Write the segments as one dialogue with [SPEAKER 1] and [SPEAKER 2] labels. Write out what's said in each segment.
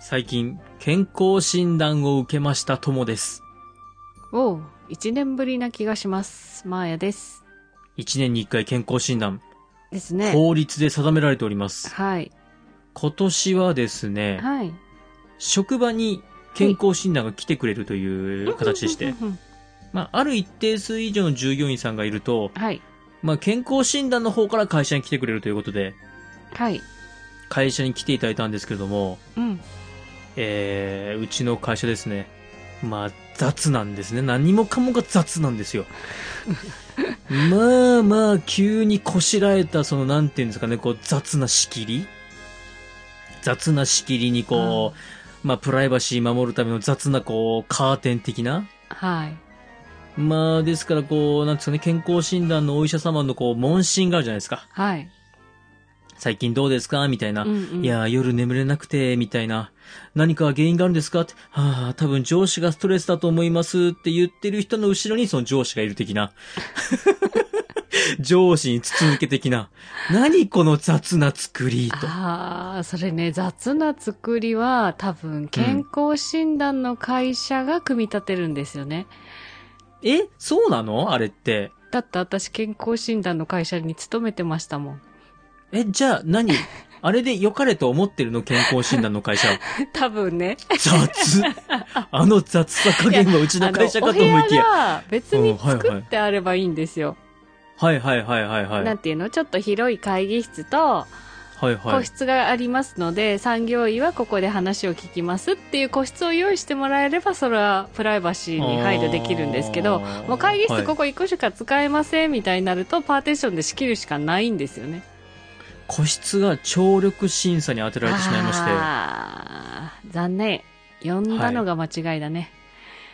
[SPEAKER 1] 最近、健康診断を受けましたともです。
[SPEAKER 2] おう、一年ぶりな気がします。マーヤです。
[SPEAKER 1] 1年に1回健康診断、
[SPEAKER 2] ですね。
[SPEAKER 1] 法律で定められております。
[SPEAKER 2] はい。
[SPEAKER 1] 今年はですね、
[SPEAKER 2] はい。
[SPEAKER 1] 職場に健康診断が来てくれるという形でし
[SPEAKER 2] うん
[SPEAKER 1] て、
[SPEAKER 2] うんうんうん。
[SPEAKER 1] まあ、ある一定数以上の従業員さんがいると、
[SPEAKER 2] はい。
[SPEAKER 1] まあ、健康診断の方から会社に来てくれるということで、
[SPEAKER 2] はい。
[SPEAKER 1] 会社に来ていただいたんですけれども、
[SPEAKER 2] うん。
[SPEAKER 1] えー、うちの会社ですね。まあ、雑なんですね。何もかもが雑なんですよ。まあまあ、急にこしらえた、その、なんていうんですかね、こう、雑な仕切り雑な仕切りに、こう、まあ、プライバシー守るための雑な、こう、カーテン的な
[SPEAKER 2] はい。
[SPEAKER 1] まあ、ですから、こう、なんですかね、健康診断のお医者様の、こう、問診があるじゃないですか。
[SPEAKER 2] はい。
[SPEAKER 1] 最近どうですかみたいな
[SPEAKER 2] う。んうん
[SPEAKER 1] い、やー、夜眠れなくて、みたいな。何か原因があるんですかって、はあ、多分上司がストレスだと思いますって言ってる人の後ろにその上司がいる的 な。上司に筒抜け的な。何この雑な作りと。
[SPEAKER 2] ああ、それね、雑な作りは多分健康診断の会社が組み立てるんですよね。
[SPEAKER 1] えそうなのあれって。
[SPEAKER 2] だって私健康診断の会社に勤めてましたもん。
[SPEAKER 1] え、じゃあ何あれで良かれと思ってるの健康診断の会社。
[SPEAKER 2] 多分ね。
[SPEAKER 1] 雑。あの雑さ加減はうちの会社かと思いき
[SPEAKER 2] あ
[SPEAKER 1] や。
[SPEAKER 2] のお部屋が別
[SPEAKER 1] うんは
[SPEAKER 2] に
[SPEAKER 1] いはい
[SPEAKER 2] 作ってあればいいんですよ。
[SPEAKER 1] はいはいはいはいはい。は
[SPEAKER 2] ないんていうのちょっと広い会議室
[SPEAKER 1] は
[SPEAKER 2] と、個
[SPEAKER 1] い。
[SPEAKER 2] 室がありますので、産業医はここで話を聞きますっていう個室を用意してもらえれば、それはプライバシーに配慮できるんですけど、
[SPEAKER 1] あー
[SPEAKER 2] もう会議
[SPEAKER 1] は
[SPEAKER 2] 室
[SPEAKER 1] い
[SPEAKER 2] ここ1個しか使えませんみたいになると、パーテーションで仕切るしかないんですよね。
[SPEAKER 1] 個室が聴力審査に当てられてしまいまして。
[SPEAKER 2] あー残念。呼んだのが間違いだね。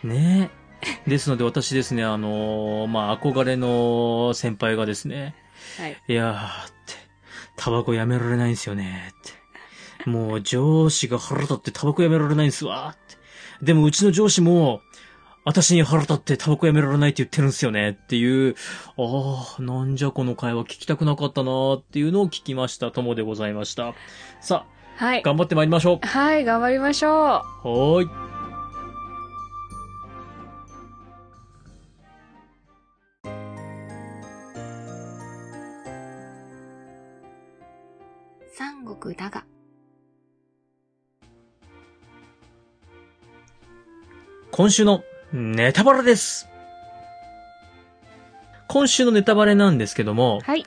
[SPEAKER 1] ねえ。ですので私ですね、あのーまあ、憧れの先輩がですね、
[SPEAKER 2] はい。
[SPEAKER 1] いやーって、タバコやめられないんですよねって。もう上司が腹立ってタバコやめられないんですわって。でもうちの上司も、私に腹立ってタバコやめられないって言ってるんですよねっていう、ああ、なんじゃこの会話聞きたくなかったなーっていうのを聞きました。ともでございました。さ
[SPEAKER 2] は
[SPEAKER 1] あ、
[SPEAKER 2] い。
[SPEAKER 1] 頑張ってまいりましょ
[SPEAKER 2] はい、頑張りましょう。
[SPEAKER 1] う。はーい。
[SPEAKER 3] 三国だが、
[SPEAKER 1] 今週のネタバレです。今週のネタバレなんですけども、
[SPEAKER 2] はい。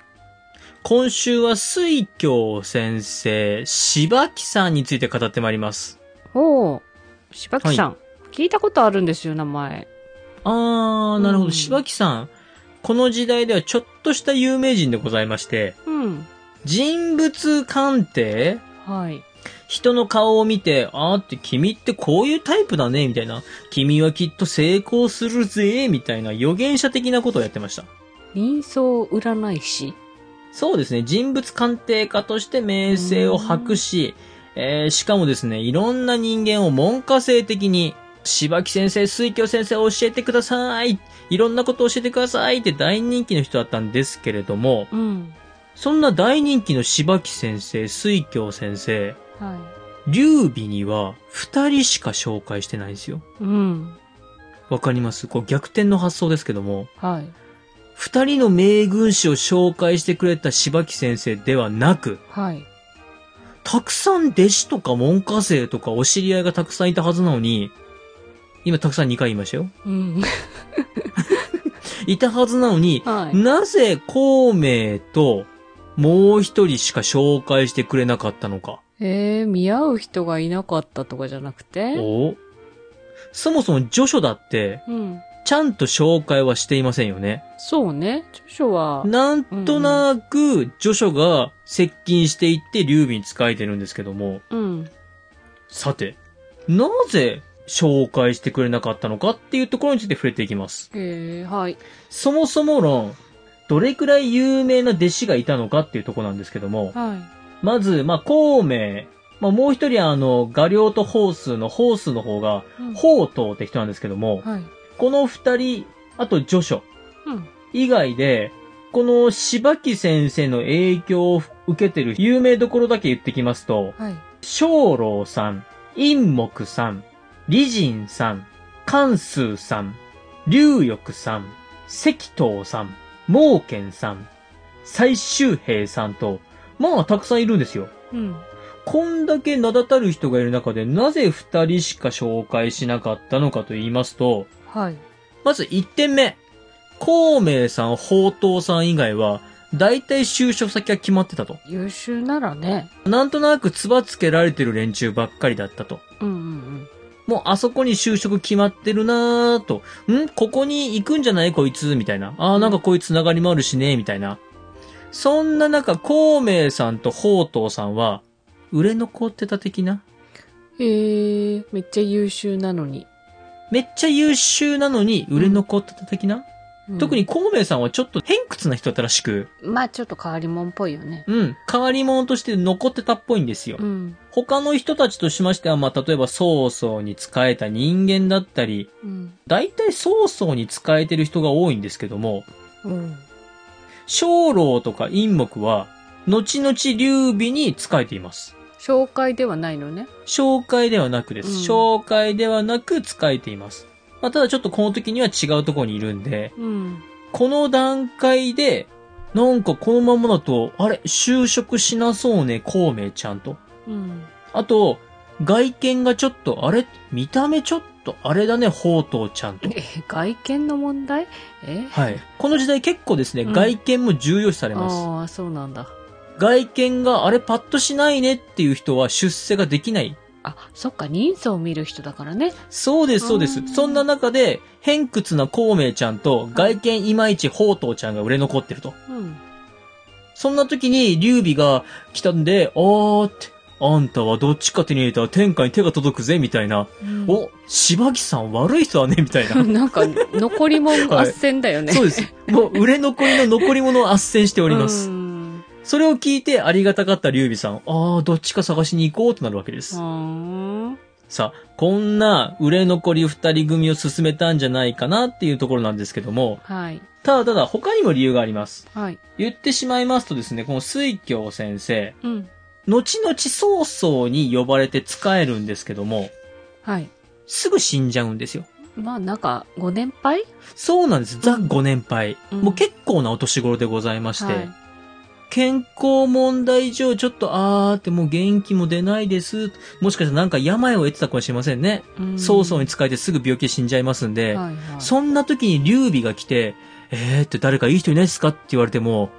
[SPEAKER 1] 今週は水京先生、柴木さんについて語ってまいります。
[SPEAKER 2] おー、柴木さん、聞いたことあるんですよ、名前。
[SPEAKER 1] あー、なるほど。
[SPEAKER 2] うん
[SPEAKER 1] 柴木さん。この時代ではちょっとした有名人でございまして、
[SPEAKER 2] うん。
[SPEAKER 1] 人物鑑定
[SPEAKER 2] はい。
[SPEAKER 1] 人の顔を見て、あーって君ってこういうタイプだね、みたいな。君はきっと成功するぜ、みたいな予言者的なことをやってました。
[SPEAKER 2] 人相占い師
[SPEAKER 1] そうですね、人物鑑定家として名声を博し、えーしかもですね、いろんな人間を文科生的に、柴木先生、水京先生教えてくださいいろんなこと教えてくださいって大人気の人だったんですけれども、
[SPEAKER 2] うん。
[SPEAKER 1] そんな大人気の柴木先生、水京先生、
[SPEAKER 2] は
[SPEAKER 1] 劉備には二人しか紹介してないんですよ。
[SPEAKER 2] い。うん。
[SPEAKER 1] わかりますこう逆転の発想ですけども、
[SPEAKER 2] はい。
[SPEAKER 1] 二人の名軍師を紹介してくれた柴木先生ではなく、
[SPEAKER 2] はい。
[SPEAKER 1] たくさん弟子とか門下生とかお知り合いがたくさんいたはずなのに、今たくさん2回言いましたよ。
[SPEAKER 2] うん。
[SPEAKER 1] いたはずなのに、
[SPEAKER 2] はい。
[SPEAKER 1] なぜ孔明ともう一人しか紹介してくれなかったのか。
[SPEAKER 2] えー、見合う人がいなかったとかじゃなくて
[SPEAKER 1] おそもそも序書だって、
[SPEAKER 2] うん。
[SPEAKER 1] ちゃんと紹介はしていませんよね。
[SPEAKER 2] そうね。著書は、
[SPEAKER 1] なんとなく、序書が接近していって劉備に仕えてるんですけども、
[SPEAKER 2] うん。
[SPEAKER 1] さて、なぜ紹介してくれなかったのかっていうところについて触れていきます。
[SPEAKER 2] えー、はい。
[SPEAKER 1] そもそも論、どれくらい有名な弟子がいたのかっていうとこなんですけども、
[SPEAKER 2] はい。
[SPEAKER 1] まず、まあ、孔明、まあ、もう一人はあの、画量と法数の、法数の方が、
[SPEAKER 2] うん
[SPEAKER 1] 法統って人なんですけども、
[SPEAKER 2] はい。
[SPEAKER 1] この二人、あと序書
[SPEAKER 2] うん。
[SPEAKER 1] 以外で、この柴木先生の影響を受けてる有名どころだけ言ってきますと、
[SPEAKER 2] はい。
[SPEAKER 1] 長老さん、陰木さん、理人さん、関数さん、龍翼さん、石東さん、毛健さん、最終兵さんと、まあたくさんいるんですよ。
[SPEAKER 2] うん。
[SPEAKER 1] こんだけ名だたる人がいる中で、なぜ二人しか紹介しなかったのかと言いますと、
[SPEAKER 2] はい。
[SPEAKER 1] まず一点目。孔明さん、宝刀さん以外は、大体就職先が決まってたと。
[SPEAKER 2] 優秀ならね。
[SPEAKER 1] なんとなく唾つけられてる連中ばっかりだったと。
[SPEAKER 2] うんうん
[SPEAKER 1] もうあそこに就職決まってるなぁと。んここに行くんじゃないこいつみたいな。ああ、なんかこいつつながりもあるしねみたいな。そんな中、孔明さんと宝刀さんは、売れ残ってた的な
[SPEAKER 2] うん。へえ、めっちゃ優秀なのに。
[SPEAKER 1] めっちゃ優秀なのに売れ残ってた的な、
[SPEAKER 2] うん
[SPEAKER 1] 特に。孔明さんはちょっと偏屈な人だったらしく、
[SPEAKER 2] まあちょっと変わり者っぽいよね。
[SPEAKER 1] うん、変わり者として残ってたっぽいんですよ。
[SPEAKER 2] うん。
[SPEAKER 1] 他の人たちとしましては、まあ、例えば曹操に仕えた人間だったり、
[SPEAKER 2] うん。
[SPEAKER 1] 大体曹操に仕えてる人が多いんですけども、
[SPEAKER 2] うん。
[SPEAKER 1] 小老とか陰木は、後々劉備に仕えています。
[SPEAKER 2] 紹介ではないのね。
[SPEAKER 1] 紹介ではなくです。
[SPEAKER 2] うん
[SPEAKER 1] 紹介ではなく仕えています。まあ、ただちょっとこの時には違うところにいるんで、
[SPEAKER 2] うん。
[SPEAKER 1] この段階で、なんかこのままだと、あれ、就職しなそうね、孔明ちゃんと。
[SPEAKER 2] うん。
[SPEAKER 1] あと、外見がちょっと、あれ見た目ちょっと、あれだね、宝刀ちゃ んと。
[SPEAKER 2] え、外見の問題え
[SPEAKER 1] はい。この時代結構ですね、
[SPEAKER 2] うん
[SPEAKER 1] 外見も重要視されます。
[SPEAKER 2] ああ、そうなんだ。
[SPEAKER 1] 外見があれパッとしないねっていう人は出世ができない。
[SPEAKER 2] あ、そっか、人相を見る人だからね。
[SPEAKER 1] そうです、そうで
[SPEAKER 2] う
[SPEAKER 1] す。
[SPEAKER 2] ん
[SPEAKER 1] そんな中で、偏屈な孔明ちゃんと、外見いまいち宝刀ちゃんが売れ残ってると。
[SPEAKER 2] うん。
[SPEAKER 1] そんな時に、劉備が来たんで、あーって、あんたはどっちか手に入れたら天下に手が届くぜ、みたいな。お、柴木さん悪い人だね、みたいな
[SPEAKER 2] う。ん なんか、残りもん
[SPEAKER 1] はい
[SPEAKER 2] 斡旋だよね。
[SPEAKER 1] そう
[SPEAKER 2] う
[SPEAKER 1] です。もう売れ残りの残り物を斡旋しております。
[SPEAKER 2] ん
[SPEAKER 1] それを聞いてありがたかった劉備さん、ああ、どっちか探しに行こうとなるわけで
[SPEAKER 2] う
[SPEAKER 1] す。
[SPEAKER 2] ん。
[SPEAKER 1] さあ、こんな売れ残り二人組を進めたんじゃないかなっていうところなんですけども、
[SPEAKER 2] はい。
[SPEAKER 1] ただただ他にも理由があります。
[SPEAKER 2] はい。
[SPEAKER 1] 言ってしまいますとですね、この水教先生、
[SPEAKER 2] うん。
[SPEAKER 1] 後々曹操に呼ばれて仕えるんですけども、
[SPEAKER 2] はい。
[SPEAKER 1] すぐ死んじゃうんですよ。
[SPEAKER 2] まあ、なんか、ご年配
[SPEAKER 1] そうなんです。ザ・ご年配。
[SPEAKER 2] うん
[SPEAKER 1] もう結構なお年頃でございまして、
[SPEAKER 2] はい
[SPEAKER 1] 健康問題上、ちょっと、あーってもう元気も出ないです。もしかしたらなんか病を得てたかもしれませんね。
[SPEAKER 2] うん
[SPEAKER 1] 曹操に使えてすぐ病気で死んじゃいますんで、
[SPEAKER 2] はいはい
[SPEAKER 1] そんな時に劉備が来て、えーって誰かいい人いないですかって言われても、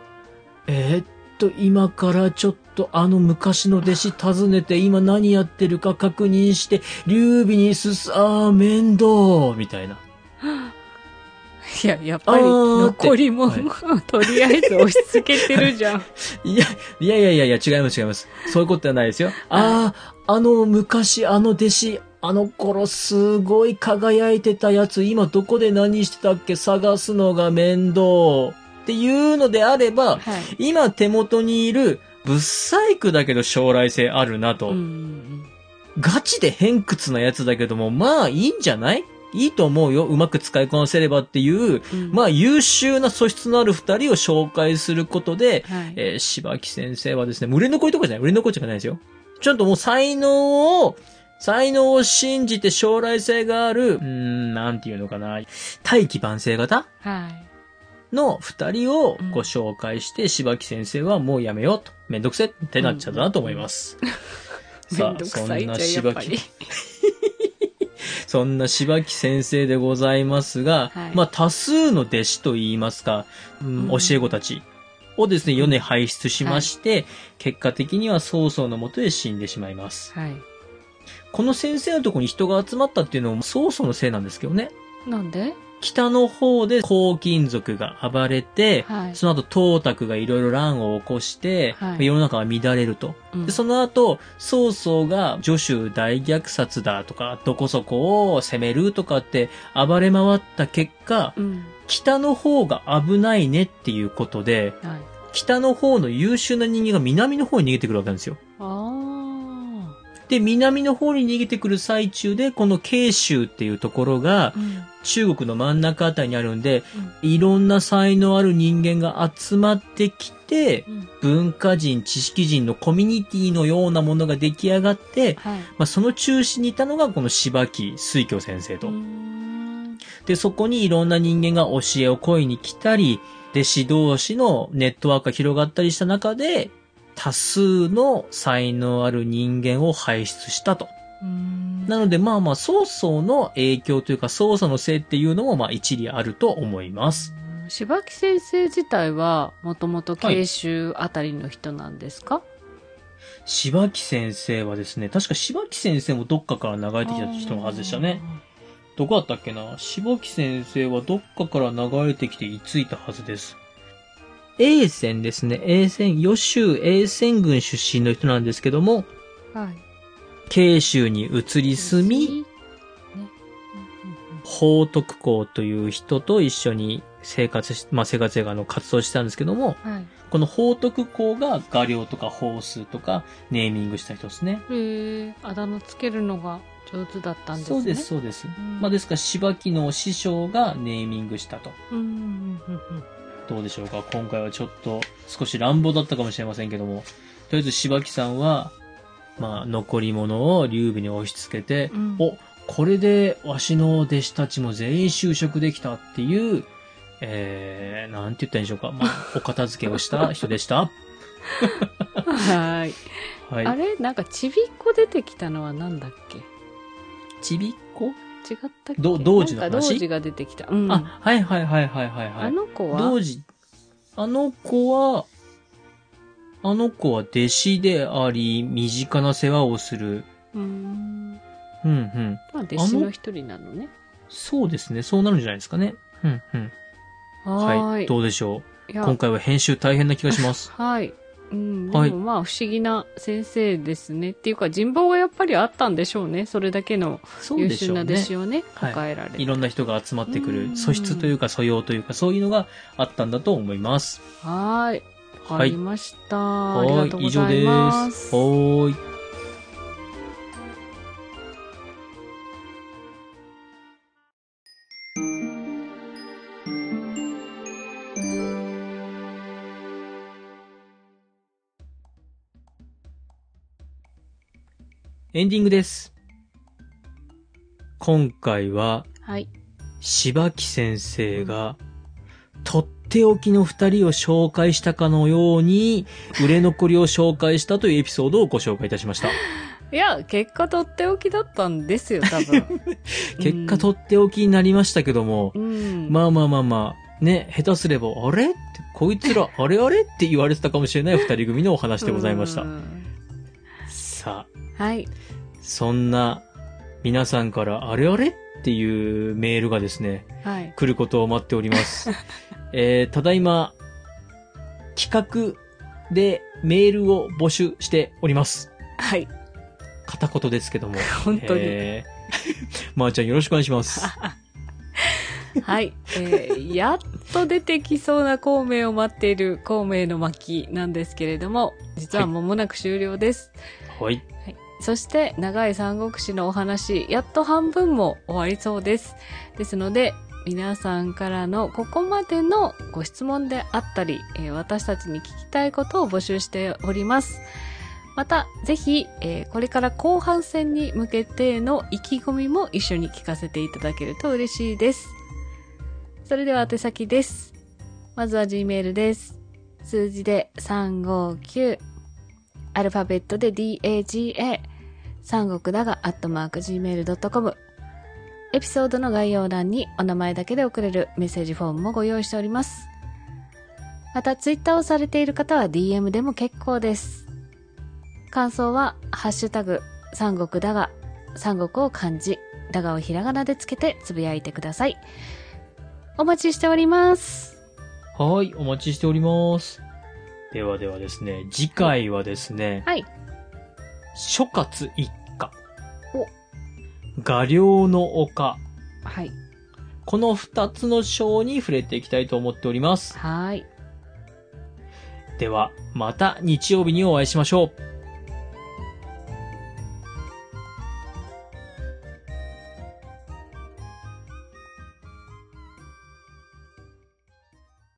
[SPEAKER 1] えーっと、今からちょっとあの昔の弟子訪ねて、今何やってるか確認して、劉備にすす、あー面倒みたいな。
[SPEAKER 2] いや、やっぱり、
[SPEAKER 1] あーって
[SPEAKER 2] 残りもんを、 とりあえず押し付けてるじゃん。
[SPEAKER 1] いや、いやいやいやいや、違います違います。そういうことはないですよ。ああ、あの昔、あの弟子、あの頃すごい輝いてたやつ、今どこで何してたっけ探すのが面倒。っていうの であれば、
[SPEAKER 2] はい。
[SPEAKER 1] 今手元にいる、ぶっ細工だけど将来性あるなと。
[SPEAKER 2] うんうん
[SPEAKER 1] ガチで偏屈なやつだけども、まあいいんじゃないいいと思うよ。うまく使いこなせればっていう、
[SPEAKER 2] うんうん
[SPEAKER 1] まあ優秀な素質のある二人を紹介することで、
[SPEAKER 2] はい
[SPEAKER 1] えー、柴木先生はですね、売れ残りとかじゃない、売れ残りとかじゃないですよ。ちょっともう才能を、才能を信じて将来性がある、うーん、なんていうのかな、大器晩成型
[SPEAKER 2] はい。
[SPEAKER 1] の二人を
[SPEAKER 2] うん
[SPEAKER 1] ご紹介して、柴木先生はもうやめようと。めんどくせえってなっちゃったなと思います。
[SPEAKER 2] めんどくさいじゃん、やっぱり。
[SPEAKER 1] そんな柴木先生でございますが、
[SPEAKER 2] はい
[SPEAKER 1] まあ多数の弟子といいますか、うん
[SPEAKER 2] うん
[SPEAKER 1] 教え子たちをですね、4年輩出しまして、結果的には曹操のもとで死んでしまいます。
[SPEAKER 2] はい。
[SPEAKER 1] この先生のところに人が集まったっていうのも曹操のせいなんですけどね。
[SPEAKER 2] なんで
[SPEAKER 1] 北の方で黄金族が暴れて、
[SPEAKER 2] はい。
[SPEAKER 1] その後、董卓がいろいろ乱を起こして、
[SPEAKER 2] はい
[SPEAKER 1] 世の中が乱れると。
[SPEAKER 2] うん
[SPEAKER 1] で、その後、曹操が助手大虐殺だとか、どこそこを攻めるとかって暴れ回った結果、
[SPEAKER 2] うん。
[SPEAKER 1] 北の方が危ないねっていうことで、
[SPEAKER 2] はい。
[SPEAKER 1] 北の方の優秀な人間が南の方に逃げてくるわけなんですよ。
[SPEAKER 2] ああ。
[SPEAKER 1] で、南の方に逃げてくる最中で、この慶州っていうところが
[SPEAKER 2] う、ん
[SPEAKER 1] 中国の真ん中あたりにあるんで、
[SPEAKER 2] うん
[SPEAKER 1] いろんな才能ある人間が集まってきて、
[SPEAKER 2] うん
[SPEAKER 1] 文化人、知識人のコミュニティのようなものが出来上がって、
[SPEAKER 2] はい。
[SPEAKER 1] まあ、その中心にいたのがこの柴木水教先生と。
[SPEAKER 2] うーん
[SPEAKER 1] で、そこにいろんな人間が教えを恋に来たり、弟子同士のネットワークが広がったりした中で、多数の才能ある人間を輩出したと。
[SPEAKER 2] うーん
[SPEAKER 1] なので、まあまあ、曹操の影響というか、曹操のせいっていうのも、まあ、一理あると思います。
[SPEAKER 2] 柴木先生自体はもともと慶州あたりの人なんですか、
[SPEAKER 1] 柴木先生はですね、確か柴木先生もどっかから流れてきた人のはずでしたね。どこだったっけな柴木先生はどっかから流れてきて居ついたはずです。A 戦ですね。A 戦、予州 A 戦軍出身の人なんですけども、
[SPEAKER 2] あー。はい。
[SPEAKER 1] 慶州に移り住み、
[SPEAKER 2] ねうん
[SPEAKER 1] 宝徳公という人と一緒に生活し、まあ、生活映画の活動してたんですけども、
[SPEAKER 2] うんうんはい。
[SPEAKER 1] この宝徳公が画量とか法数とかネーミングした人ですね。
[SPEAKER 2] へえ、あだ名つけるのが上手だったんですね。
[SPEAKER 1] そうです、。そうです。
[SPEAKER 2] ん
[SPEAKER 1] まあ、ですから、柴木の師匠がネーミングしたと。
[SPEAKER 2] うんうんうんうん。
[SPEAKER 1] どうでしょうか今回はちょっと少し乱暴だったかもしれませんけども、とりあえず柴木さんは、まあ、残り物を劉備に押し付けて、
[SPEAKER 2] うん
[SPEAKER 1] お、これでわしの弟子たちも全員就職できたっていう、えー、なんて言ったらいいんでしょうか。まあ、お片付けを した人でした。
[SPEAKER 2] はい。
[SPEAKER 1] はい。
[SPEAKER 2] あれなんかちびっこ出てきたのはなんだっけ
[SPEAKER 1] ちびっこ、
[SPEAKER 2] 違ったっけ
[SPEAKER 1] ど童子の話
[SPEAKER 2] なんか童子が出てきた。うん。あ
[SPEAKER 1] あ、はいはいはいはいはいはい。
[SPEAKER 2] の子は
[SPEAKER 1] 同時、あの子は、あの子は弟子であり、身近な世話をする。
[SPEAKER 2] うーん。
[SPEAKER 1] うんうん。
[SPEAKER 2] まあ弟子の一人なのね。
[SPEAKER 1] そうですね。そうなるんじゃないですかね。うんうん。
[SPEAKER 2] はー
[SPEAKER 1] はい。
[SPEAKER 2] い。
[SPEAKER 1] どうでしょ
[SPEAKER 2] いうや
[SPEAKER 1] 今回は編集大変な気がしま す。
[SPEAKER 2] はい。うん、で
[SPEAKER 1] はい
[SPEAKER 2] もまあ不思議な先生ですね。っていうか人望がやっぱりあったんでしょうね。それだけの
[SPEAKER 1] そう
[SPEAKER 2] 優
[SPEAKER 1] でし
[SPEAKER 2] 秀
[SPEAKER 1] ょう
[SPEAKER 2] な弟
[SPEAKER 1] ね。
[SPEAKER 2] 子をね、
[SPEAKER 1] はい
[SPEAKER 2] 抱えられて。
[SPEAKER 1] いろんな人が集まってく
[SPEAKER 2] う
[SPEAKER 1] る
[SPEAKER 2] ん
[SPEAKER 1] 素質というか素養というかそういうのがあったんだと思います。
[SPEAKER 2] はーい。わかりました。あり
[SPEAKER 1] は
[SPEAKER 2] が
[SPEAKER 1] い
[SPEAKER 2] とう、ご
[SPEAKER 1] 以上
[SPEAKER 2] ざい
[SPEAKER 1] です。は
[SPEAKER 2] ます。
[SPEAKER 1] ーい。エンディングです。今回は、
[SPEAKER 2] はい。
[SPEAKER 1] 柴木先生が、とっておきの二人を紹介したかのように、売れ残りを紹介したというエピソードをご紹介いたしました。。
[SPEAKER 2] いや、結果とっておきだったんですよ、多分
[SPEAKER 1] 結果とっておきになりましたけども
[SPEAKER 2] う、ん、うん。
[SPEAKER 1] まあまあまあまあ、ね、下手すれば、あれって、こいつら、あれあれって言われてたかもしれない二人組のお話でございまし
[SPEAKER 2] う
[SPEAKER 1] た。
[SPEAKER 2] ん
[SPEAKER 1] さあ、
[SPEAKER 2] はい。
[SPEAKER 1] そんな、皆さんから、あれあれっていうメールがですね、
[SPEAKER 2] はい。
[SPEAKER 1] 来ることを待っております。 えー、ただいま、企画でメールを募集しております。
[SPEAKER 2] はい。
[SPEAKER 1] 片言ですけども。
[SPEAKER 2] 本当に。
[SPEAKER 1] えー、まー、ちゃんよろしくお願いし ます。
[SPEAKER 2] はい、えーやっと出てきそうな孔明を待っている孔明の巻なんですけれども、実は間もなく終了です。
[SPEAKER 1] はい。
[SPEAKER 2] そして、長い三国志のお話、やっと半分も終わりそうです。ですので、皆さんからのここまでのご質問であったり、えー私たちに聞きたいことを募集しております。また、ぜひ、えーこれから後半戦に向けての意気込みも一緒に聞かせていただけると嬉しいです。それでは宛先です。まずは Gmail です。数字で359。アルファベットで DAGA。三国だが、アットマーク Gmail.com。エピソードの概要欄にお名前だけで送れるメッセージフォームもご用意しております。また、ツイッターをされている方は DM でも結構です。感想は、ハッシュタグ、三国だが、三国を漢字、だがをひらがなでつけてつぶやいてください。お待ちしております。
[SPEAKER 1] はい、お待ちしております。ではではですね、次回はですね、
[SPEAKER 2] はい。
[SPEAKER 1] 諸葛一家。
[SPEAKER 2] お
[SPEAKER 1] 画量の丘。
[SPEAKER 2] はい。
[SPEAKER 1] この二つの章に触れていきたいと思っております。
[SPEAKER 2] はい。
[SPEAKER 1] では、また日曜日にお会いしましょう。